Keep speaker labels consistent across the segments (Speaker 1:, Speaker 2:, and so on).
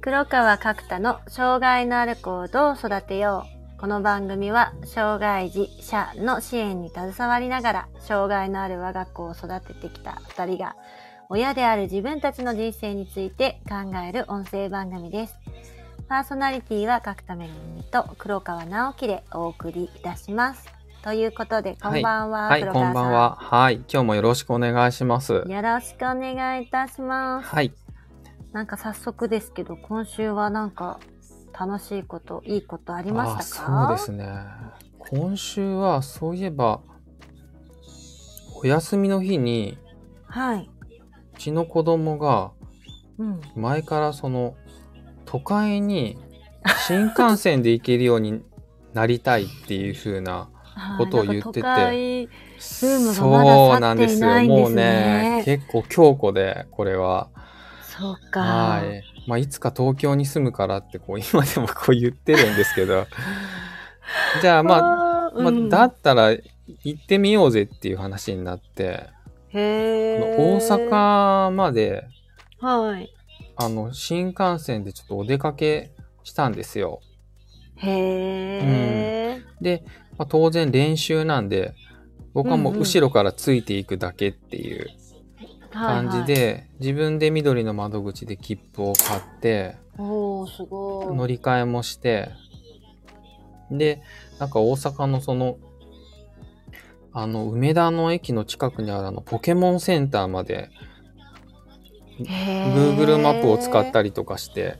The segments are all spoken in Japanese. Speaker 1: 黒川角太の障害のある子をどう育てよう。この番組は障害児者の支援に携わりながら障害のある我が子を育ててきた2人が親である自分たちの人生について考える音声番組です。パーソナリティは角田めぐみと黒川直樹でお送りいたします。ということで、こんばんは、
Speaker 2: はい、
Speaker 1: 黒
Speaker 2: こ
Speaker 1: 川さ
Speaker 2: んばんは。はい、今日もよろしくお願いします。
Speaker 1: よろしくお願いいたします。
Speaker 2: はい、
Speaker 1: なんか早速ですけど、今週はなんか楽しいこと、いいことありま
Speaker 2: あー
Speaker 1: したか
Speaker 2: そうですね。今週はそういえば、お休みの日に、
Speaker 1: はい。
Speaker 2: うちの子供が
Speaker 1: うん。
Speaker 2: 前からその都会に新幹線で行けるようになりたいっていう風 なことを言ってて
Speaker 1: はいなんかームがまだ
Speaker 2: そうなんですよ
Speaker 1: 去っていないんですね
Speaker 2: もうね結構強固でこれは
Speaker 1: 都会そうか。
Speaker 2: はい、まあ、いつか東京に住むからってこう 今でもこう言ってるんですけど じゃあまあ
Speaker 1: あー
Speaker 2: まあ
Speaker 1: うん
Speaker 2: だったら行ってみようぜっていう話になって、
Speaker 1: へえ。
Speaker 2: 大阪まで
Speaker 1: はい。
Speaker 2: あの新幹線でちょっとお出かけしたんですよ。
Speaker 1: へえ、
Speaker 2: で、まあ当然練習なんで僕はもう後ろからついていくだけっていう
Speaker 1: はいはい
Speaker 2: 感じで、。自分で緑の窓口で切符を買って
Speaker 1: おおすごい。
Speaker 2: 乗り換えもしてでなんか大阪のそのあの梅田の駅の近くにあるあのポケモンセンターまで
Speaker 1: へー
Speaker 2: Google マップを使ったりとかして、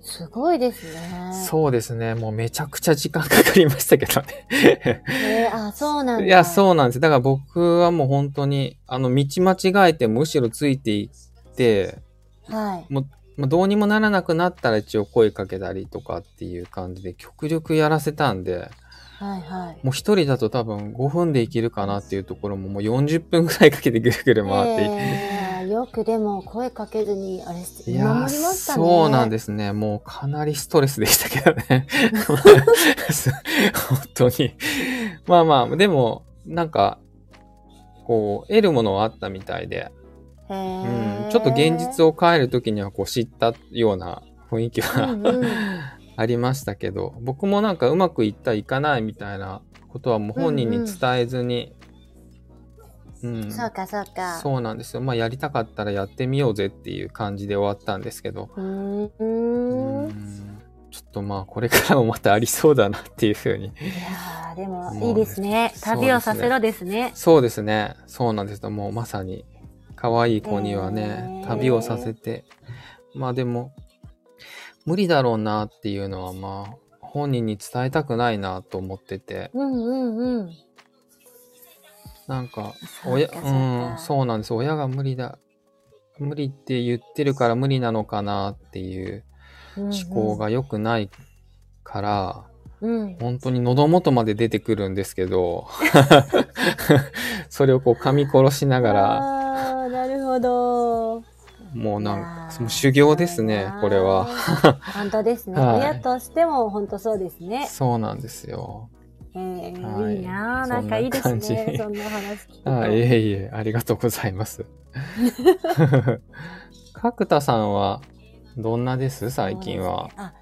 Speaker 1: すごいですね。
Speaker 2: そうですね、もうめちゃくちゃ時間かかりましたけどね。
Speaker 1: へーあ、そうなんだ。
Speaker 2: いや、
Speaker 1: う。
Speaker 2: そうなんです。だから僕はもう本当に、あの、道間違えてむしろついていって、
Speaker 1: はい。
Speaker 2: まあどうにもならなくなったら一応声かけたりとかっていう感じで、極力やらせたんで、
Speaker 1: はいはい。
Speaker 2: もう一人だと多分5分でいけるかなっていうところももう40分くらいかけてぐるぐる回っていって、
Speaker 1: えーよくでも声かけずにあれして
Speaker 2: い
Speaker 1: 見
Speaker 2: や
Speaker 1: 守り
Speaker 2: ー
Speaker 1: ましたね。
Speaker 2: そうなん
Speaker 1: す。
Speaker 2: ですね。もうかなりストレスでしたけどね。 す本当に。まあまあ、でも、なんか、こう、得るものはあったみたいで、
Speaker 1: へ
Speaker 2: う
Speaker 1: ー
Speaker 2: ん、ちょっと現実を変えるときにはこう知ったような雰囲気は、
Speaker 1: うんうん
Speaker 2: ありましたけど、僕もなんかうまくいった、いかないみたいなことはもう本人に伝えずに、うん、
Speaker 1: そうかそうか。
Speaker 2: そうなんですよ。まあ、やりたかったらやってみようぜっていう感じで終わったんですけど、
Speaker 1: うー。
Speaker 2: うんんちょっとまあこれからもまたありそうだなっていうふうに。
Speaker 1: いやーでも
Speaker 2: もう
Speaker 1: いいですね。旅をさせろですね。
Speaker 2: そうですね。そうなんですよ。もうまさに可愛い子には
Speaker 1: ね
Speaker 2: ね、
Speaker 1: え
Speaker 2: 旅をさせて。まあでも、無理だろうなっていうのはまあ本人に伝えたくないなと思ってて、
Speaker 1: うんうんうん。
Speaker 2: なんか
Speaker 1: そうか
Speaker 2: 親、
Speaker 1: そうか
Speaker 2: うん、そうなんです。親が無理だ。無理って言ってるから無理なのかなっていう
Speaker 1: 思
Speaker 2: 思考。が良くないから、
Speaker 1: うん。
Speaker 2: 本当に喉元まで出てくるんですけど、 それをこう噛み殺しながら、
Speaker 1: ら。あーなるほど。
Speaker 2: もうなん
Speaker 1: いやー
Speaker 2: か、その修行ですね、これは。。
Speaker 1: 本当ですね。
Speaker 2: はい
Speaker 1: 親としても本当そうですね。
Speaker 2: そうなんですよ。
Speaker 1: えー
Speaker 2: はい
Speaker 1: いいなあ
Speaker 2: そんな
Speaker 1: なんかいいです
Speaker 2: 感
Speaker 1: ね。
Speaker 2: じ
Speaker 1: そんな話聞くと。
Speaker 2: あいえいえ、ありがとうございます。 角田さんは、どんなです最近は。
Speaker 1: あ。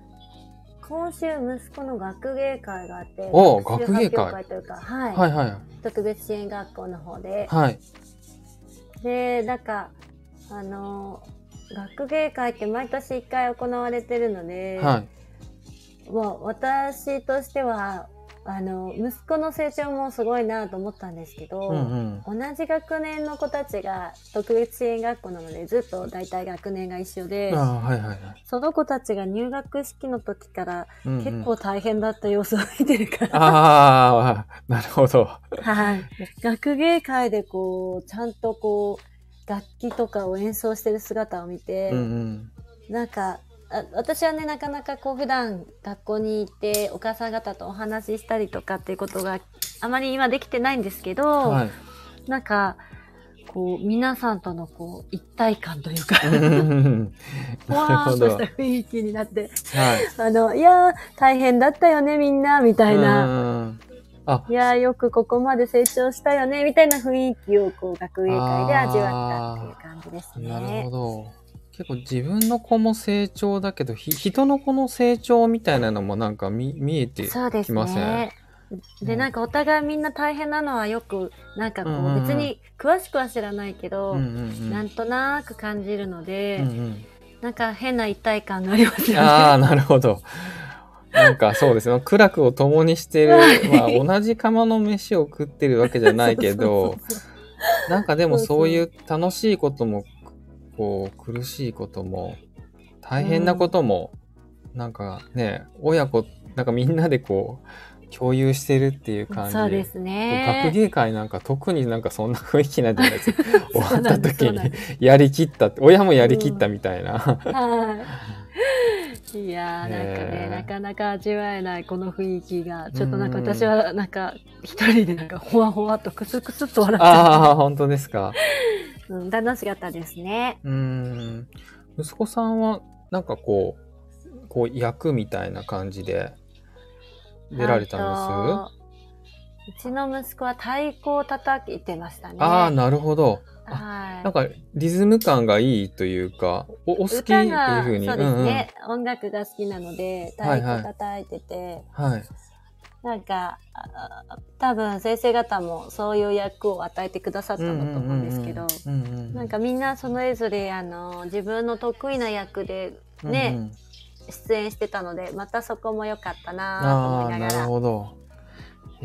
Speaker 1: 今週息子の学芸会があって、
Speaker 2: おう
Speaker 1: 学習
Speaker 2: 学芸
Speaker 1: 発
Speaker 2: 会
Speaker 1: 表というか、はい、
Speaker 2: はいはい。
Speaker 1: 特別支援学校の方で、
Speaker 2: はい。
Speaker 1: で、なんかあの学芸会って毎年一回行われてるので、
Speaker 2: はい。
Speaker 1: もう私としてはあの息子の成長もすごいなと思ったんですけど、
Speaker 2: うんうん。
Speaker 1: 同じ学年の子たちが特別支援学校なのでずっと大体学年が一緒で、
Speaker 2: あはいはいはい。
Speaker 1: その子たちが入学式の時から
Speaker 2: うんうん
Speaker 1: 結構大変だった様子を見てるから、
Speaker 2: ああ、 なるほど。
Speaker 1: はい、学芸会でこうちゃんとこう楽器とかを演奏してる姿を見て、
Speaker 2: うんうん。
Speaker 1: なんかあ私はねなかなかこう普段学校に行ってお母さん方とお話ししたりとかっていうことがあまり今できてないんですけど、
Speaker 2: はい。
Speaker 1: なんかこう皆さんとのこう一体感というか。
Speaker 2: うんうんうん
Speaker 1: ふ
Speaker 2: なる
Speaker 1: わー
Speaker 2: ほ
Speaker 1: っと
Speaker 2: ど。
Speaker 1: し
Speaker 2: は
Speaker 1: た
Speaker 2: い。
Speaker 1: 雰囲気になって、 あの、いやー、大変だったよね、みんな、みたいな。
Speaker 2: うんあ
Speaker 1: いやー、よくここまで成長したよね、みたいな雰囲気を、こう、学芸会で味わったっていう感じです
Speaker 2: なる
Speaker 1: ね
Speaker 2: ほ。ど。結構自分の子も成長だけど、ひ人の子の成長みたいなのもなんか見見えて
Speaker 1: そうです
Speaker 2: きません
Speaker 1: ね。で、
Speaker 2: うん
Speaker 1: なんかお互いみんな大変なのはよく、なんかこ
Speaker 2: うんうんう
Speaker 1: う、
Speaker 2: ん
Speaker 1: 別に詳しくは知らないけど、
Speaker 2: うんうん
Speaker 1: なんとなく感じるの
Speaker 2: う
Speaker 1: で、
Speaker 2: ん
Speaker 1: なんか変な一体感があります
Speaker 2: うん、
Speaker 1: よね。
Speaker 2: ああ、なるほど。なんかそうですね。苦楽を共にしている、
Speaker 1: はい
Speaker 2: まあ同じ釜の飯を食ってるわけじゃないけ
Speaker 1: そ
Speaker 2: ど、
Speaker 1: うそうそう
Speaker 2: なんかでも
Speaker 1: そうそう
Speaker 2: そういう楽しいことも、こう、苦しいことも、大変なことも、なんかね、親子、なんかみんなでこう、共有してるっていう
Speaker 1: そう
Speaker 2: 感じ。
Speaker 1: そうです
Speaker 2: 学
Speaker 1: ね。
Speaker 2: 芸会なんか特になんかそんな雰囲気なんじゃないで すか。終わ
Speaker 1: そう
Speaker 2: っ
Speaker 1: な
Speaker 2: た
Speaker 1: んです
Speaker 2: 時
Speaker 1: そうなん
Speaker 2: にやりきったって、親もやりきったみたいな。
Speaker 1: はい。いやー、なんかね
Speaker 2: ね、
Speaker 1: なかなか味わえないこの雰囲気が、ちょっとなんか
Speaker 2: うんうん
Speaker 1: 私はなんか一人でなんかほわほわとクスクスっと笑っち
Speaker 2: あ
Speaker 1: ゃ
Speaker 2: あ、本当ですか。
Speaker 1: う。うん、楽しかったですね。
Speaker 2: うーん。息子さんはなんかこう、こう役みたいな感じで出られたんです
Speaker 1: ですうちの息子は太鼓を叩いてましたね。
Speaker 2: ああ、なるほど。
Speaker 1: はい。
Speaker 2: なんかリズム感がいいというか、おお好きって
Speaker 1: 歌
Speaker 2: いう
Speaker 1: が
Speaker 2: ふうに。
Speaker 1: そうですね、音楽が好きなので太
Speaker 2: はいは
Speaker 1: 鼓
Speaker 2: い
Speaker 1: 叩いてて、
Speaker 2: うんうん。はい。
Speaker 1: なんかああ多分先生方もそういう役を与えてくださったんだと思うんですけど、
Speaker 2: うんうんうん
Speaker 1: なんかみんなそれぞれあの自分の得意な役でね
Speaker 2: うんうん
Speaker 1: 出演してたのでまたそこも良かったなと思
Speaker 2: ああ、
Speaker 1: いな
Speaker 2: な
Speaker 1: が
Speaker 2: る
Speaker 1: ら、
Speaker 2: ほど。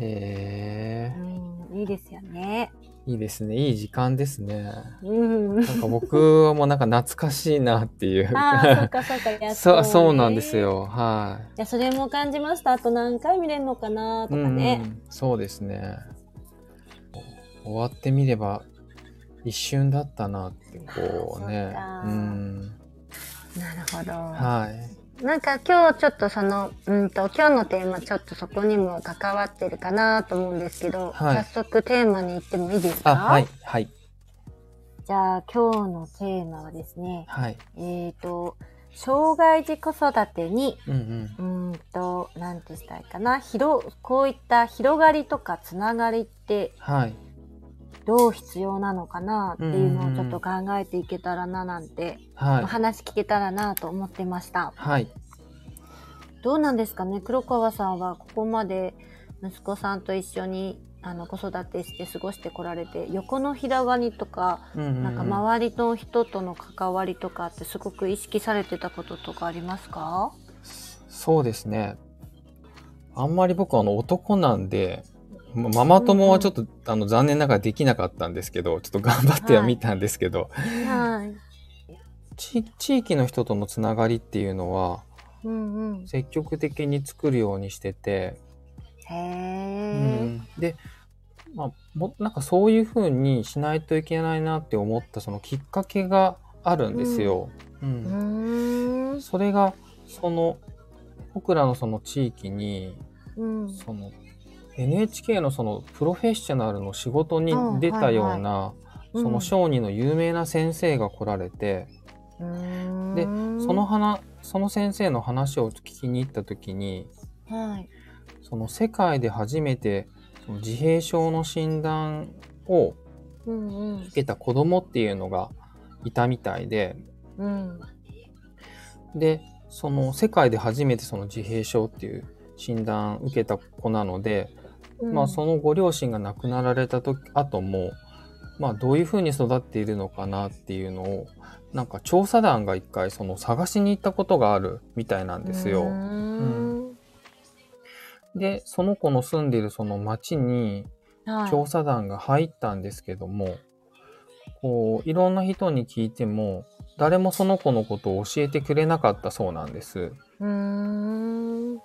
Speaker 2: へえ、
Speaker 1: うん、いいですよね。
Speaker 2: いいですね。いい時間ですね。
Speaker 1: うん、
Speaker 2: なんか僕はもうなんか懐かしいなっていう。
Speaker 1: ああそう かそうかやっと
Speaker 2: そ
Speaker 1: ね
Speaker 2: う、そうなんです。よ。はい。
Speaker 1: やそれも感じましたあと何回見れるのかないとかね。
Speaker 2: うん、そうですね。終わってみれば、一瞬だったなって、こうね。
Speaker 1: あーそっか
Speaker 2: うん。
Speaker 1: なるほど。
Speaker 2: はい。
Speaker 1: なんか今日ちょっとその、うんと、今日のテーマちょっとそこにも関わってるかなと思うんですけど、
Speaker 2: はい
Speaker 1: 早速テーマに行ってもいいですか
Speaker 2: あ、はい、はい、
Speaker 1: じゃあ今日のテーマはですね、
Speaker 2: はい。
Speaker 1: えっ、と、障害児子育てに、
Speaker 2: うんうん。
Speaker 1: うーんと、なんてしたいかな、広、こういった広がりとかつながりって
Speaker 2: はい。
Speaker 1: どう必要なのかなっていうのをちょっと考えていけたらななんて、
Speaker 2: は
Speaker 1: お
Speaker 2: い。
Speaker 1: 話聞けたらなと思ってました。
Speaker 2: はい。
Speaker 1: どうなんですかね黒川さんはここまで息子さんと一緒にあの子育てして過ごしてこられて横の平場にとか
Speaker 2: うんうん
Speaker 1: なんか周りの人との関わりとかってすごく意識されてたこととかありますか
Speaker 2: そうですね。あんまり僕はあの男なんで、まママ友はちょっと、あの残念ながらできなかったんですけど、ちょっと頑張ってはみたんですけど、
Speaker 1: はい。
Speaker 2: 地地域の人とのつながりっていうのは
Speaker 1: うんうん。
Speaker 2: 積極的に作るようにしてて、
Speaker 1: へ
Speaker 2: う
Speaker 1: え。
Speaker 2: んで、まあ、もなんかそういうふうにしないといけないなって思ったそのきっかけがあるんですよ。うん
Speaker 1: うーん。
Speaker 2: それがその僕らのその地域に
Speaker 1: うん。
Speaker 2: その NHK のそのプロフェッショナルの仕事に出たような、
Speaker 1: うん
Speaker 2: その商人の有名な先生が来られて、でその、花その先生の話を聞きに行った時に
Speaker 1: はい。
Speaker 2: その世界で初めてその自閉症の診断を
Speaker 1: うんうん
Speaker 2: 受。けた子供っていうのがいたみたいで
Speaker 1: うん。
Speaker 2: でその世界で初めてその自閉症っていう診断を受けた子なので、まあ、そのご両親が亡くなられた時後も、まあ、どういうふうに育っているのかなっていうのをなんか調査団が一回その探しに行ったことがあるみたいなん
Speaker 1: う
Speaker 2: ですよ。
Speaker 1: ん
Speaker 2: でその子の住んでいるその町に
Speaker 1: はい。
Speaker 2: 調査団が入ったんですけども、こういろんな人に聞いても誰もその子のことを教えてくれなかったそうなんです。
Speaker 1: うーん。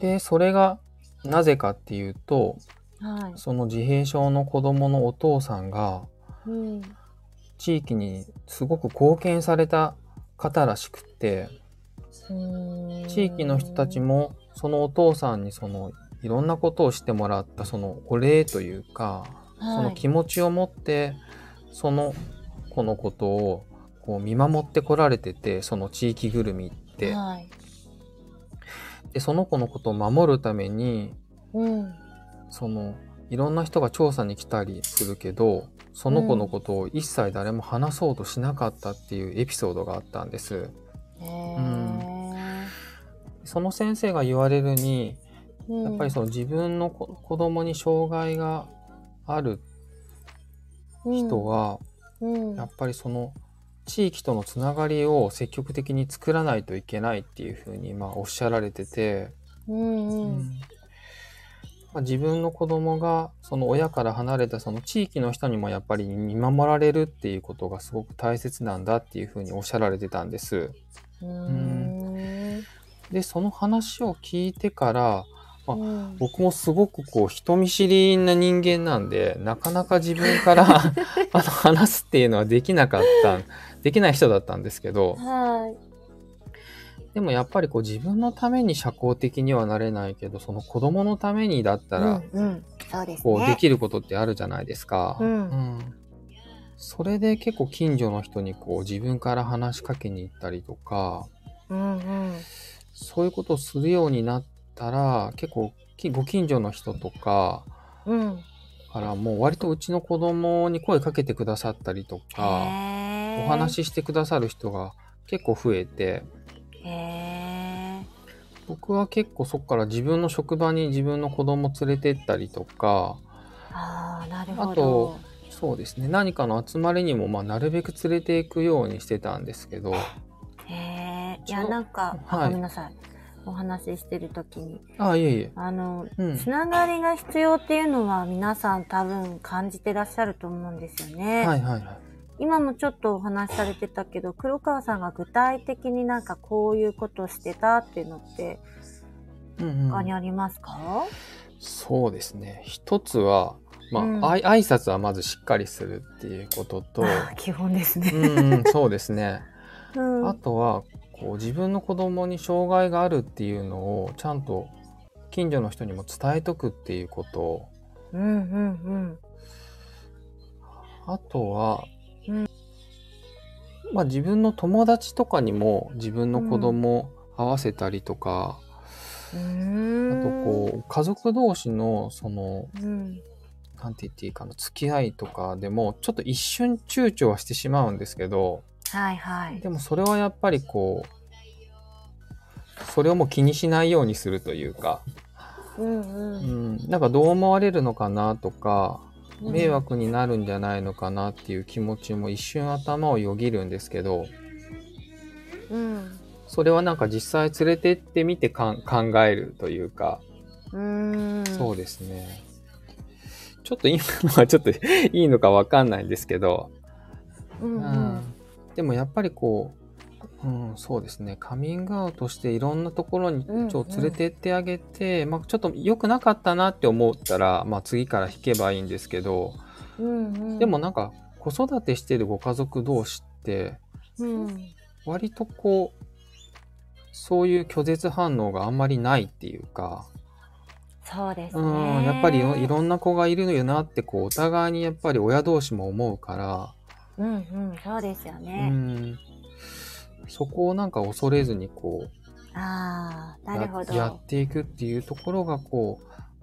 Speaker 2: でそれがなぜかっていうと
Speaker 1: はい。
Speaker 2: その自閉症の子供のお父さんが
Speaker 1: うん。
Speaker 2: 地域にすごく貢献された方らしくって地域の人たち
Speaker 1: も
Speaker 2: もそのお父さんにそのいろんなことをしてもらったそのお礼というか、その気持ちを持ってその子のことをこう見守ってこられててその地域ぐるみって、
Speaker 1: はい
Speaker 2: でその子のことを守るために
Speaker 1: うん
Speaker 2: そのいろんな人が調査に来たりするけどその子のことを一切誰も話そうとしなかったっていうエピソードがあったんです。
Speaker 1: へ
Speaker 2: その先生が言われるに、
Speaker 1: ー
Speaker 2: やっぱりその自分の子子供に障害がある人、
Speaker 1: うん
Speaker 2: は、
Speaker 1: うん
Speaker 2: やっぱりその地域とのつながりを積極的に作らないといけないっていうふうにまあおっしゃられてて、
Speaker 1: うんうん
Speaker 2: まあ、自分の子供がその親から離れたその地域の人にもやっぱり見守られるっていうことがすごく大切なんだっていうふうにおっしゃられてたんです。
Speaker 1: うーん
Speaker 2: でその話を聞いてからあ
Speaker 1: うん
Speaker 2: 僕もすごくこう人見知りな人間なんでなかなか自分か らあの話すっていうのはできなかったできない人だったんですけど
Speaker 1: はい。
Speaker 2: でもやっぱりこう自分のために社交的にはなれないけどその子供のためにだったら
Speaker 1: うんうん、そうです
Speaker 2: こうで
Speaker 1: ね。
Speaker 2: きることってあるじゃないですか。
Speaker 1: うん
Speaker 2: んそれで結構近所の人にこう自分から話しかけに行ったりとか
Speaker 1: うんうん。
Speaker 2: そういうことをするようになったら結構きご近所の人とか
Speaker 1: うん。
Speaker 2: からもう割とうちの子供に声かけてくださったりとか、
Speaker 1: お
Speaker 2: お話ししてくださる人が結構増えて
Speaker 1: へえ。
Speaker 2: 僕は結構そこから自分の職場に自分の子供連れてったりとか
Speaker 1: ああ、なるほ
Speaker 2: あ
Speaker 1: ど
Speaker 2: と。そうですね何かの集まりにもまあなるべく連れていくようにしてたんですけど
Speaker 1: へえ。い
Speaker 2: ち
Speaker 1: や、
Speaker 2: ょ
Speaker 1: なんか、あ
Speaker 2: はい
Speaker 1: ごめんなさい。お話ししてる時に、
Speaker 2: あいえいえ
Speaker 1: あの、
Speaker 2: うん
Speaker 1: つながりが必要っていうのは皆さん多分感じてらっしゃると思うんですよね。
Speaker 2: はいはいはい
Speaker 1: 今もちょっとお話しされてたけど、黒川さんが具体的になんかこういうことしてたっていうのって
Speaker 2: うんう
Speaker 1: 他に
Speaker 2: ん、
Speaker 1: ありますか、
Speaker 2: そうですね一つはまあ、
Speaker 1: うん
Speaker 2: あい挨拶はまずしっかりするっていうことと
Speaker 1: 基本です
Speaker 2: う
Speaker 1: ね。
Speaker 2: ん、うん、そうですね
Speaker 1: うん
Speaker 2: あとはこう自分の子供に障害があるっていうのをちゃんと近所の人にも伝えとくっていうこと
Speaker 1: うんうん
Speaker 2: あとは、
Speaker 1: うん
Speaker 2: まあ、自分の友達とかにも自分の子供を合わせたりとか、
Speaker 1: うん。
Speaker 2: あとこう家族同士のその
Speaker 1: うーん。うん。
Speaker 2: なんて言っていいかな付き合いとかでもちょっと一瞬躊躇はしてしまうんですけど
Speaker 1: はいはい。
Speaker 2: でもそれはやっぱりこうそれをもう気にしないようにするというか。
Speaker 1: うん
Speaker 2: う
Speaker 1: うん。
Speaker 2: ん、なんかどう思われるのかなとか
Speaker 1: うん
Speaker 2: 迷惑になるんじゃないのかなっていう気持ちも一瞬頭をよぎるんですけど
Speaker 1: うん。
Speaker 2: それはなんか実際連れてってみてかん考えるというか、
Speaker 1: うーん。
Speaker 2: そうですねちょっと今のはちょっといいのかわかんないんですけど、
Speaker 1: うんうん。
Speaker 2: うんでもやっぱりこう、うん、そうですねカミングアウトしていろんなところにち
Speaker 1: うん
Speaker 2: ょっと連れてってあげて、まあ、ちょっと良くなかったなって思ったら、まあ、次から引けばいいんですけど。
Speaker 1: うんうん。
Speaker 2: でもなんか子育てしてるご家族同士って
Speaker 1: うん。
Speaker 2: 割とこうそういう拒絶反応があんまりないっていうか、
Speaker 1: そうです
Speaker 2: う
Speaker 1: ね。
Speaker 2: ん、やっぱりいろんな子がいるよなってこうお互いにやっぱり親同士も思うか
Speaker 1: うんうん。そうですよ
Speaker 2: ら、う
Speaker 1: ね。
Speaker 2: ん、そこをなんか恐れずにこ
Speaker 1: ああ、
Speaker 2: う
Speaker 1: なるほ
Speaker 2: や
Speaker 1: ど。
Speaker 2: やっていくっていうところがこ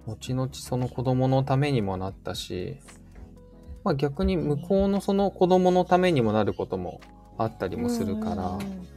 Speaker 2: う後々その子供のためにもなったし、まあ、逆に向こうのその子供のためにもなることもあったりもするから。
Speaker 1: うんうんうん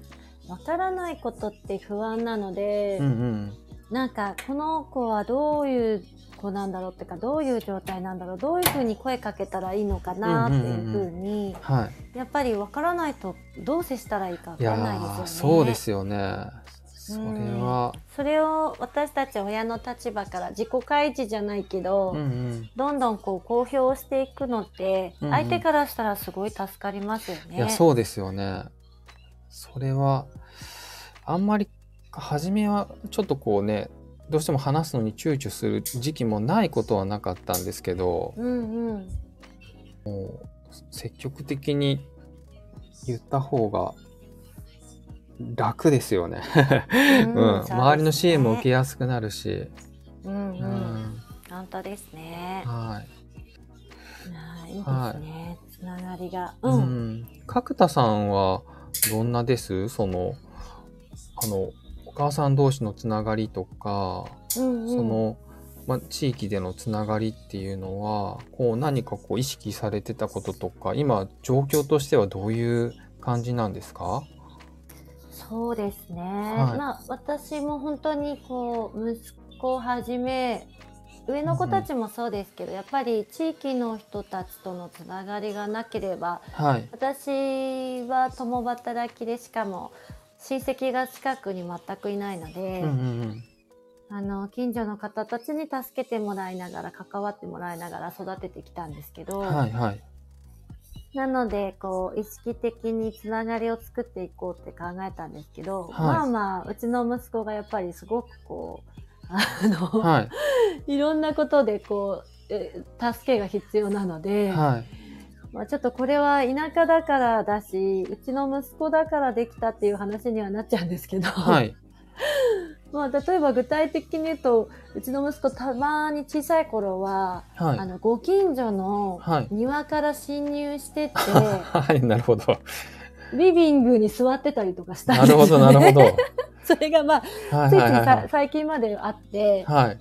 Speaker 1: わからないことって不安なので、
Speaker 2: うんうん
Speaker 1: なんかこの子はどういう子なんだろうってかどういう状態なんだろうどういうふうに声かけたらいいのかなっていうふうに
Speaker 2: は
Speaker 1: やっぱりわからないとどう接したらいいかわ
Speaker 2: い、い
Speaker 1: か
Speaker 2: や
Speaker 1: んないですよ
Speaker 2: ー
Speaker 1: ね。
Speaker 2: そうですよね。それは、
Speaker 1: それを私たち親の立場から自己開示じゃないけど、
Speaker 2: うんうん
Speaker 1: どんどんこう公表していくのって、
Speaker 2: うんうん
Speaker 1: 相手からしたらすごい助かりますよね。
Speaker 2: いやそうですよね。それはあんまり初めはちょっとこうねどうしても話すのに躊躇する時期もないことはなかったんですけど
Speaker 1: うんうん。
Speaker 2: 積極的に言った方が楽ですよね。うん周りの支援も受け
Speaker 1: け。
Speaker 2: やすくなるし。
Speaker 1: うんう。
Speaker 2: うんん
Speaker 1: 本当ですね。
Speaker 2: は
Speaker 1: は
Speaker 2: い
Speaker 1: いいい
Speaker 2: は
Speaker 1: で
Speaker 2: い
Speaker 1: すね。つながりが。
Speaker 2: う
Speaker 1: うん。
Speaker 2: ん、角田さんはどんなですそのあのお母さん同士のつながりとか、
Speaker 1: うんうん
Speaker 2: そのまあ、地域でのつながりっていうのはこう何かこう意識されてたこととか今状況としてはどういう感じなんですか
Speaker 1: そうですね、
Speaker 2: はい
Speaker 1: まあ私も本当にこう息子をはじめ上の子たちもそうですけど、やっぱり地域の人たちとのつながりがなければ
Speaker 2: はい
Speaker 1: 私は共働きでしかも親戚が近くに全くいないので、
Speaker 2: うんうん
Speaker 1: あの近所の方たちに助けてもらいながら関わってもらいながら育ててきたんですけど、
Speaker 2: うんはいはい
Speaker 1: なのでこう意識的につながりを作っていこうって考えたんですけど、
Speaker 2: はい
Speaker 1: まあまあうちの息子がやっぱりすごくこうあの、
Speaker 2: はい
Speaker 1: い、ろんなことでこうえ助けが必要なので、
Speaker 2: はい
Speaker 1: まあ、ちょっとこれは田舎だからだしうちの息子だからできたっていう話にはなっちゃうんですけど、
Speaker 2: はい
Speaker 1: まあ、例えば具体的に言うとうちの息子たまに小さい頃は、
Speaker 2: はい
Speaker 1: あのご近所の
Speaker 2: はい
Speaker 1: 庭から侵入してって、
Speaker 2: はいなるほど
Speaker 1: リビングに座ってたりとかしたん
Speaker 2: な
Speaker 1: です
Speaker 2: る
Speaker 1: よ、ね。
Speaker 2: ほどなる ほど
Speaker 1: それがまあ、つ
Speaker 2: はい
Speaker 1: い
Speaker 2: い
Speaker 1: つい
Speaker 2: はいは
Speaker 1: さ
Speaker 2: い
Speaker 1: 最近まであって、
Speaker 2: はい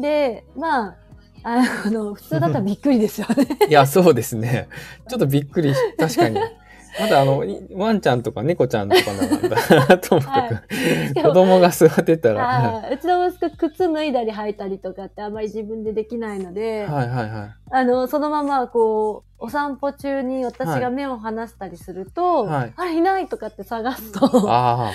Speaker 1: で、まあ、あの、普通だったらびっくりですよ ね。
Speaker 2: いや、そうですね。ちょっとびっく りし、確かに。まだあの、いワンちゃんとか猫ちゃんとかなんだ。とも
Speaker 1: し
Speaker 2: かく、
Speaker 1: かも
Speaker 2: 子供が座ってたら。は
Speaker 1: あーうちの息子、靴脱いだり履いたりとかってあんまり自分でできないの
Speaker 2: い
Speaker 1: で、
Speaker 2: はいはいは
Speaker 1: あの、そのままこう、お散歩中に私が目を離したりすると、
Speaker 2: はい
Speaker 1: あれいないとかって探す
Speaker 2: い。
Speaker 1: と、
Speaker 2: あ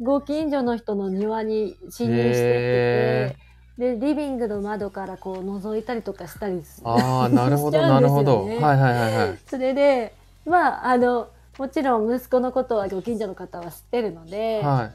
Speaker 1: ご近所の人の庭に侵入してって
Speaker 2: へ
Speaker 1: て、で、リビングの窓からこう覗いたりとかしたりす
Speaker 2: あ、ああ、なるほ
Speaker 1: し
Speaker 2: ど、
Speaker 1: ちゃ
Speaker 2: な
Speaker 1: うん
Speaker 2: る
Speaker 1: ですよ
Speaker 2: ほ
Speaker 1: ね
Speaker 2: ど。はいはいはいはい。
Speaker 1: それでまああのもちろん息子のことはご近所の方は知ってるので、
Speaker 2: は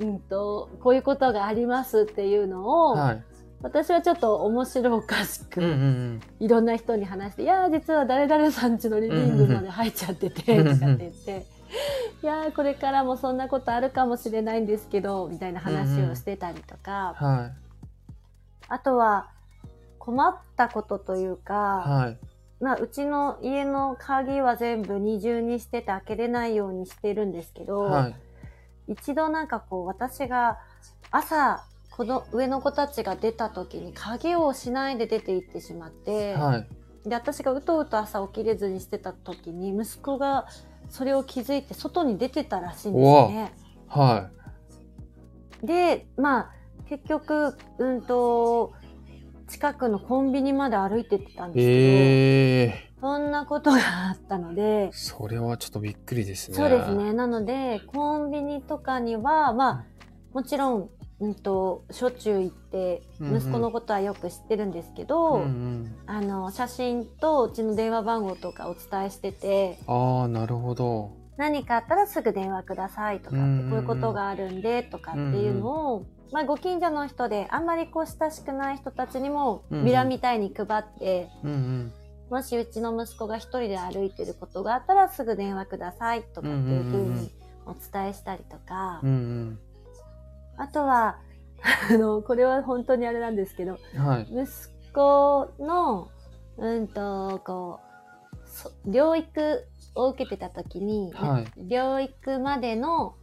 Speaker 1: うん、とこういうことがありますっていうの
Speaker 2: い。
Speaker 1: を、
Speaker 2: はい。
Speaker 1: 私はちょっと面白おかしく、
Speaker 2: うんうん
Speaker 1: いろんな人に話して「いやー実は誰々さん家のリビングまで入っちゃってて」
Speaker 2: う
Speaker 1: と
Speaker 2: ん
Speaker 1: かって言って「いやーこれからもそんなことあるかもしれないんですけど」みたいな話をしてたりとか、
Speaker 2: うん。はい。
Speaker 1: あとは困ったことというか、
Speaker 2: はい。
Speaker 1: まあ、うちの家の鍵は全部二重にしてて開けれないようにしてるんですけど、
Speaker 2: はい。
Speaker 1: 一度なんかこう私が朝この上の子たちが出た時に鍵をしないで出て行ってしまって、
Speaker 2: はい。
Speaker 1: で私がうとうと朝起きれずにしてた時に息子がそれを気づいて外に出てたらしいんですよね。
Speaker 2: は
Speaker 1: でまあ結局うんと近くのコンビニまで歩いてってたんですけど、
Speaker 2: い。ええ
Speaker 1: そんなことがあったので
Speaker 2: ー。それはちょっとびっくりですね。
Speaker 1: そうです。ね。なので、コンビニとかには、まあ、もちろん、うんと、しょっちゅう行って、
Speaker 2: うんうん
Speaker 1: 息子のことはよく知ってるんですけど、
Speaker 2: うんうん。
Speaker 1: あの、写真とうちの電話番号とかお伝えしてて、
Speaker 2: ああ、なるほど。
Speaker 1: 何かあったらすぐ電話くださいとかって、
Speaker 2: うんうんうん
Speaker 1: こういうことがあるんで、とかっていうのを、まあ、ご近所の人で、あんまりこう、親しくない人たちにも、
Speaker 2: うんうん
Speaker 1: ビラみたいに配って、
Speaker 2: うんうん。
Speaker 1: もしうちの息子が一人で歩いてることがあったらすぐ電話くださいとかっていうふうにお伝えしたりとか
Speaker 2: う、ん
Speaker 1: あとは、 あの、これは本当にあれなんですけど、
Speaker 2: うん。はい。
Speaker 1: 息子の、うんと、こう、そ療育を受けてた時に、
Speaker 2: はい
Speaker 1: 療育までの、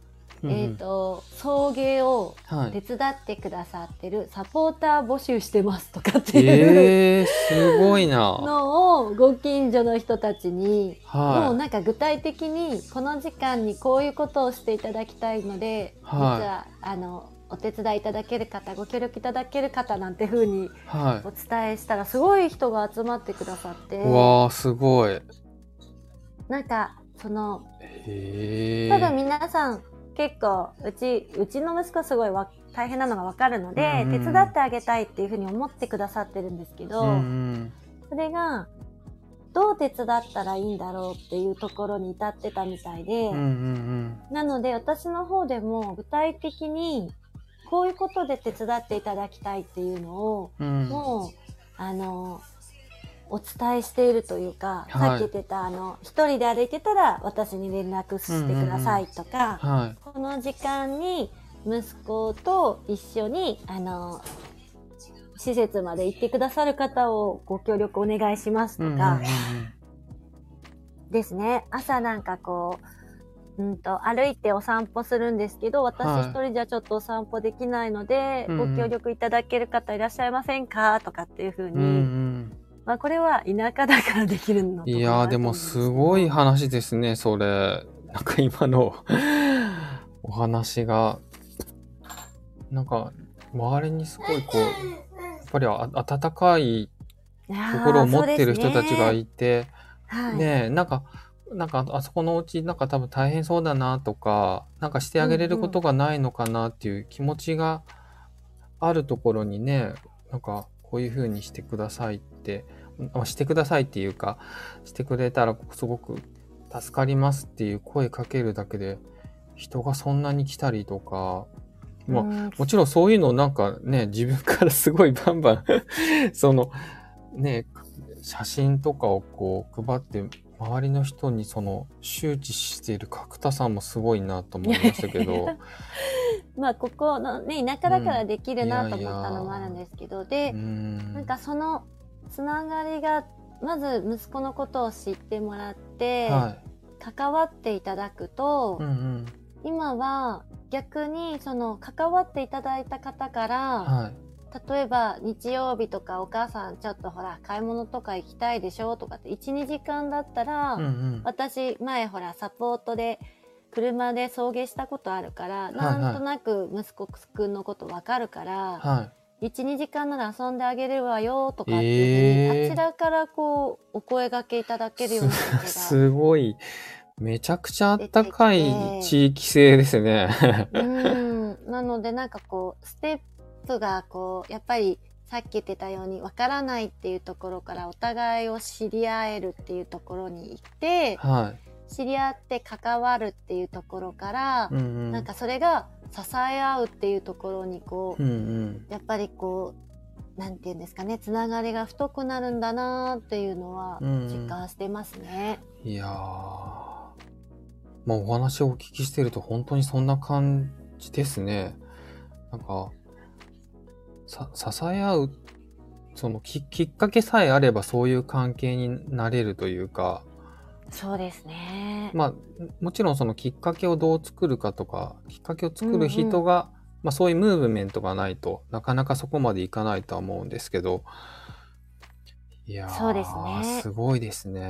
Speaker 2: うんうん
Speaker 1: えっ、と、送迎を
Speaker 2: は
Speaker 1: 手
Speaker 2: い。
Speaker 1: 伝ってくださってるサポーター募集してますとかっていう
Speaker 2: ええー、すごいな。
Speaker 1: のをご近所の人たちに
Speaker 2: はい。
Speaker 1: もうなんか具体的にこの時間にこういうことをしていただきたいので、
Speaker 2: はい
Speaker 1: 実はあのお手伝いいただける方ご協力いただける方なんて風に
Speaker 2: はい
Speaker 1: お。伝えしたらすごい人が集まってくださって
Speaker 2: うわあ、すごい。
Speaker 1: なんかその
Speaker 2: へえ。
Speaker 1: 多分皆さん結構うちうちの息子すごいわ大変なのがわかるので、
Speaker 2: うん
Speaker 1: 手伝ってあげたいっていう風に思ってくださってるんですけど、
Speaker 2: うん
Speaker 1: それがどう手伝ったらいいんだろうっていうところに至ってたみたいで。
Speaker 2: うん。うんうん
Speaker 1: なので私の方でも具体的にこういうことで手伝っていただきたいっていうのを
Speaker 2: うん。うん。
Speaker 1: もう、あのお伝えしているというか、
Speaker 2: はい
Speaker 1: さっき言ってたあの一人で歩いてたら私に連絡してくださいとか、
Speaker 2: はい。
Speaker 1: この時間に息子と一緒にあの施設まで行ってくださる方をご協力お願いしますと
Speaker 2: うんうんうん
Speaker 1: か、ですね朝なんかこう、うんと歩いてお散歩するんですけど
Speaker 2: はい
Speaker 1: 私一人じゃちょっとお散歩できないので、
Speaker 2: うんうん
Speaker 1: ご協力いただける方いらっしゃいませんかとかっていうふうに、
Speaker 2: うん
Speaker 1: まあ、これは田舎だからできるの
Speaker 2: う
Speaker 1: と
Speaker 2: ん、
Speaker 1: か
Speaker 2: い
Speaker 1: も
Speaker 2: や
Speaker 1: あ
Speaker 2: ー
Speaker 1: る
Speaker 2: でも
Speaker 1: と思
Speaker 2: す
Speaker 1: うん
Speaker 2: ごい話ですねそれなんか今の お話がなんか周りにすごいこうやっぱりあ温かい
Speaker 1: ですいやー
Speaker 2: 心を持ってる
Speaker 1: そう
Speaker 2: 人
Speaker 1: です
Speaker 2: た
Speaker 1: ね
Speaker 2: ちがいて
Speaker 1: はい
Speaker 2: ねえなんかなんかあそこのお家なんか多分大変そうだなとかなんかしてあげれることがないのかなっていう気持ちがあるところにねなんかこういう風にしてくださいってあしてくださいっていうかしてくれたらすごく助かりますっていう声かけるだけで人がそんなに来たりとかまあ
Speaker 1: うん
Speaker 2: もちろんそういうのをなんかね、自分からすごいバン バン、その、ね、写真とかをこう配って、周りの人にその周知している角田さんもすごいなと思いましたけ ど、
Speaker 1: まあここのね田舎だからできるなと思ったのもあるんですけど、で、
Speaker 2: うーん
Speaker 1: なんかそのつながりがまず息子のことを知ってもらって、
Speaker 2: はい。
Speaker 1: 関わっていただくと、
Speaker 2: うんうん。
Speaker 1: 今は逆にその関わっていただいた方から、
Speaker 2: はい。
Speaker 1: 例えば日曜日とかお母さんちょっとほら買い物とか行きたいでしょとかって12時間だったら、
Speaker 2: うんうん。
Speaker 1: 私前ほらサポートで車で送迎したことあるから、
Speaker 2: い
Speaker 1: なんとなく息子くんのことわかるから、
Speaker 2: はい。
Speaker 1: 12時間なら遊んであげれるわよとかってい
Speaker 2: え
Speaker 1: うふうに、
Speaker 2: ー
Speaker 1: あちらからこうお声掛けいただけるような方が
Speaker 2: すすごい。めちゃくちゃあったかい地域性ですね。
Speaker 1: うんなのでなんかこうステップがこうやっぱりさっき言ってたようにわからないっていうところからお互いを知り合えるっていうところに行って
Speaker 2: は
Speaker 1: 知り合って関わるっていうところから
Speaker 2: い。う、んうん。
Speaker 1: なんかそれが支え合うっていうところにこう、
Speaker 2: うんうん。
Speaker 1: やっぱりこうなんていうんですかねつながりが太くなるんだなーっていうのは
Speaker 2: うんうん
Speaker 1: 実感してますね。
Speaker 2: いやー、まあお話をお聞きしてると本当にそんな感じですね。なんか、さ、支え合う、そのききっかけさえあればそういう関係になれるというか、
Speaker 1: そうですね。
Speaker 2: まあもちろんそのきっかけをどう作るかとか、きっかけを作る人が、まあそういうムーブメントがないとなかなかそこまでいかないとは思うんですけど、いやー、
Speaker 1: そうですね
Speaker 2: すごいですね。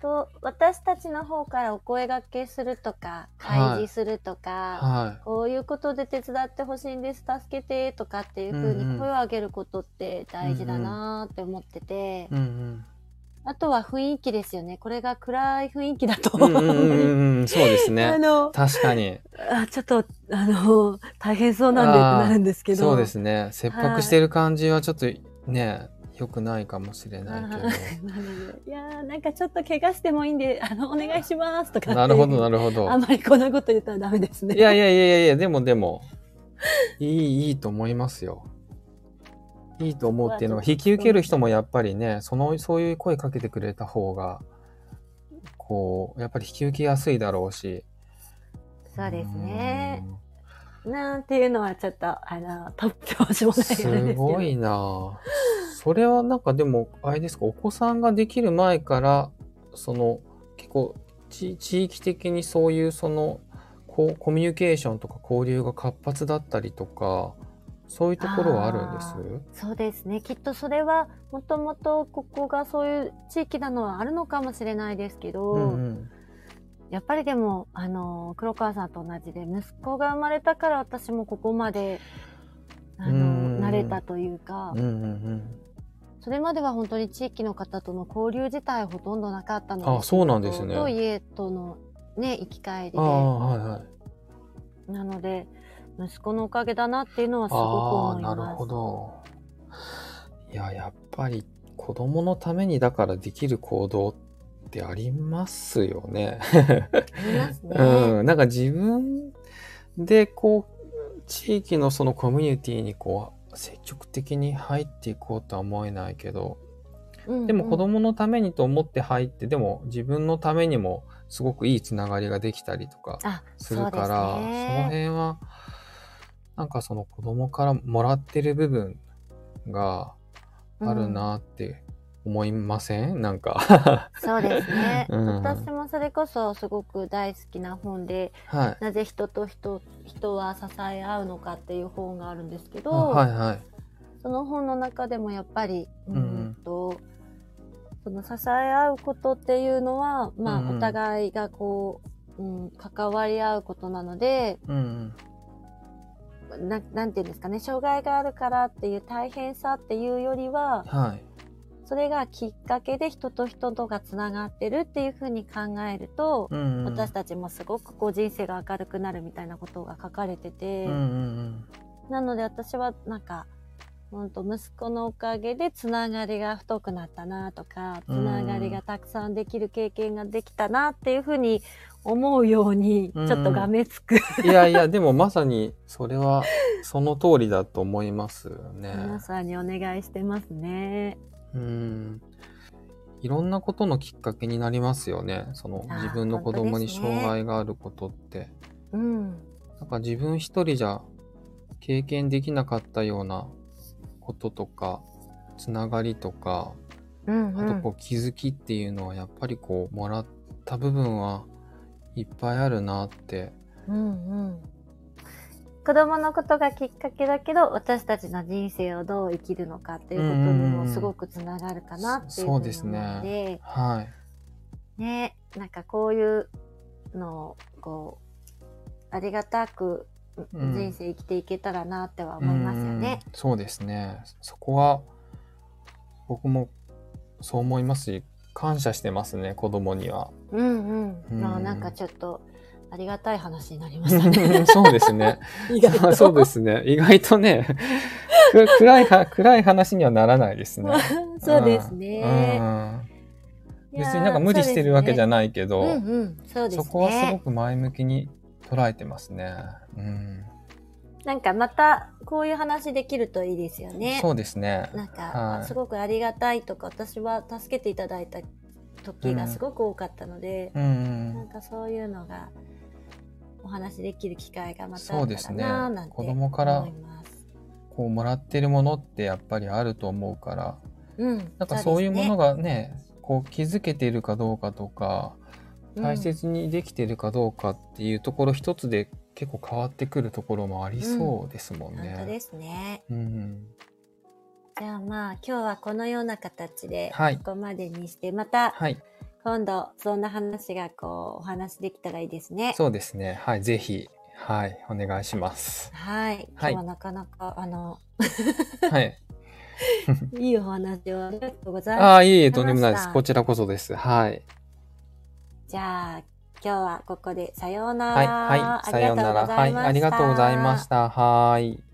Speaker 1: と私たちの方からお声がけするとか
Speaker 2: はい
Speaker 1: 開示するとか、
Speaker 2: はい。
Speaker 1: こういうことで手伝ってほしいんです助けてとかっていう風
Speaker 2: うんうん
Speaker 1: に声を上げることって大事だなーって思ってて、
Speaker 2: うんうん。
Speaker 1: あとは雰囲気ですよねこれが暗い雰囲気だと、
Speaker 2: うんうんうんうん、そうです
Speaker 1: あ
Speaker 2: ね。
Speaker 1: の
Speaker 2: 確かに。
Speaker 1: あちょっとあの大変そうなんでってなるんですけど
Speaker 2: そうですね。切迫してる感じはちょっとね、良くないかもしれ
Speaker 1: な
Speaker 2: ない
Speaker 1: のでいやーなんかちょっと怪我してもいいんであのお願いしますと
Speaker 2: け
Speaker 1: か
Speaker 2: ど。 なるほど、な
Speaker 1: る
Speaker 2: るほど
Speaker 1: あ。んまりこんなこと言ったらダメですね
Speaker 2: いやいやいやいやいや、でもでも、いい、いいと思いますよ。いいと思うっていうのは、引き受ける人もやっぱりね、その、そういう声かけてくれた方が、こう、やっぱり引き受けやすいだろうし。
Speaker 1: そうですねなんていうのはちょっとあの突拍子もない
Speaker 2: す
Speaker 1: あれですけど
Speaker 2: ごいなぁそれはなんかでもあれですかお子さんができる前からその結構ち地域的にそういうそのこうコミュニケーションとか交流が活発だったりとかそういうところはあるんです
Speaker 1: あそうですねきっとそれはもともとここがそういう地域なのはあるのかもしれないですけど、
Speaker 2: うんうん
Speaker 1: やっぱりでもあの黒川さんと同じで息子が生まれたから私もここまであ
Speaker 2: うん
Speaker 1: の慣れたというか、
Speaker 2: うんうん
Speaker 1: それまでは本当に地域の方との交流自体ほとんどなかったの
Speaker 2: うんあそうなんですね
Speaker 1: と家とのね行き帰りで
Speaker 2: ああはいはい
Speaker 1: なので息子のおかげだなっていうのはすごく
Speaker 2: ああ
Speaker 1: 思い
Speaker 2: ー
Speaker 1: ます。
Speaker 2: なるほどいややっぱり子供のためにだからできる行動ってありますよね
Speaker 1: ありますね。
Speaker 2: うん、なんか自分でこう地域のそのコミュニティにこう積極的に入っていこうとは思えないけど
Speaker 1: うんうん
Speaker 2: でも子供のためにと思って入ってでも自分のためにもすごくいいつながりができたりとか
Speaker 1: あ
Speaker 2: するか
Speaker 1: そ
Speaker 2: ら
Speaker 1: う
Speaker 2: そ,、
Speaker 1: です
Speaker 2: の
Speaker 1: ね
Speaker 2: 辺はなんかその子供からもらってる部分があるなって思いませんなんか
Speaker 1: そうですね、
Speaker 2: うん
Speaker 1: 私もそれこそすごく大好きな本で
Speaker 2: はい
Speaker 1: 「なぜ人と人人は支え合うのか」っていう本があるんですけ
Speaker 2: あ
Speaker 1: ど、
Speaker 2: はいはい
Speaker 1: その本の中でもやっぱりう
Speaker 2: うん
Speaker 1: んと、その支え合うことっていうのは、まあ
Speaker 2: うんうん
Speaker 1: お互いがこう、うん、関わり合うことなので
Speaker 2: うん
Speaker 1: ななんていうんですかね障害があるからっていう大変さっていうよりは
Speaker 2: はい
Speaker 1: それがきっかけで人と人とがつながってるっていうふうに考えると、
Speaker 2: うんうん
Speaker 1: 私たちもすごくこう人生が明るくなるみたいなことが書かれてて。
Speaker 2: うんうん
Speaker 1: なので私はなんか本当息子のおかげでつながりが太くなったなとかつ
Speaker 2: うん
Speaker 1: ながりがたくさんできる経験ができたなっていうふうに思うようにち
Speaker 2: うん
Speaker 1: ょっとがめつく
Speaker 2: うんいやいやでもまさにそれはその通りだと思いますよね。
Speaker 1: 皆さんにお願いしてますね。
Speaker 2: うんいろんなことのきっかけになりますよね。その
Speaker 1: あー
Speaker 2: 自分の子供
Speaker 1: 本当
Speaker 2: に
Speaker 1: ですね
Speaker 2: 障害があることって。
Speaker 1: うん、
Speaker 2: なんか自分一人じゃ経験できなかったようなこととか、つながりとか、
Speaker 1: うんう
Speaker 2: あと
Speaker 1: ん
Speaker 2: こう気づきっていうのはやっぱりこうもらった部分はいっぱいあるなって。
Speaker 1: うんうん子供のことがきっかけだけど私たちの人生をどう生きるのかっていうことにもすごくつながるかなっていうふうに思うので。
Speaker 2: そうそうではい。
Speaker 1: ねなんかこういうのをこうありがたく
Speaker 2: うん
Speaker 1: 人生生きていけたらなっては思いますよね。
Speaker 2: うん。そうですね。そこは僕もそう思いますし、感謝してますね、子供には。
Speaker 1: うんうん。
Speaker 2: うん
Speaker 1: まあなんかちょっとありがたい話になりましたね。
Speaker 2: そうですね。
Speaker 1: 意外と
Speaker 2: そうですね。意外とね、く暗いは、暗い話にはならないですね。
Speaker 1: そうです
Speaker 2: う
Speaker 1: ね。
Speaker 2: ん
Speaker 1: いやー
Speaker 2: 別になんか無理してるわけじゃないけど、
Speaker 1: そうで
Speaker 2: そ,、
Speaker 1: すねうんうん。そうですね。
Speaker 2: こはすごく前向きに捉えてますね。うん。
Speaker 1: なんかまたこういう話できるといいですよね。
Speaker 2: そうですね。
Speaker 1: なんか、
Speaker 2: はい
Speaker 1: すごくありがたいとか私は助けていただいた時がすごく多かったので。
Speaker 2: う
Speaker 1: なん
Speaker 2: ん。
Speaker 1: かそういうのがお話できる機会がまた
Speaker 2: そ
Speaker 1: あ
Speaker 2: う
Speaker 1: った
Speaker 2: です
Speaker 1: ら
Speaker 2: ね
Speaker 1: なあなんて
Speaker 2: 子供から
Speaker 1: 思います。
Speaker 2: こうもらってるものってやっぱりあると思うから、
Speaker 1: うん、
Speaker 2: なんかそういうもの
Speaker 1: が
Speaker 2: がね、こう気づけているかどうかとか、大切にできているかどうかっていうところ一つで結構変わってくるところもありそうですもんね。
Speaker 1: 本当ですね。
Speaker 2: うん。
Speaker 1: じゃあまあ今日はこのような形で
Speaker 2: はい
Speaker 1: ここまでにして、また
Speaker 2: はい。
Speaker 1: 今度そんな話がこうお話できたらいいですね。
Speaker 2: そうですね。はい。ぜひ、はい。お願いし ます。
Speaker 1: はい、今
Speaker 2: はい
Speaker 1: 日はなかなか、あの
Speaker 2: はい。
Speaker 1: いいお話をありがとうございま
Speaker 2: ああ、いえいえ、とんでもないで
Speaker 1: わかりま
Speaker 2: す。
Speaker 1: した
Speaker 2: こちらこそです。はい。
Speaker 1: す。じゃあ今日はここでさようなら。
Speaker 2: はい。はい。
Speaker 1: あ
Speaker 2: さよう
Speaker 1: りが
Speaker 2: な
Speaker 1: とう
Speaker 2: ら。
Speaker 1: ご
Speaker 2: は
Speaker 1: ざいま
Speaker 2: い。
Speaker 1: した
Speaker 2: ありがとうございました。はい。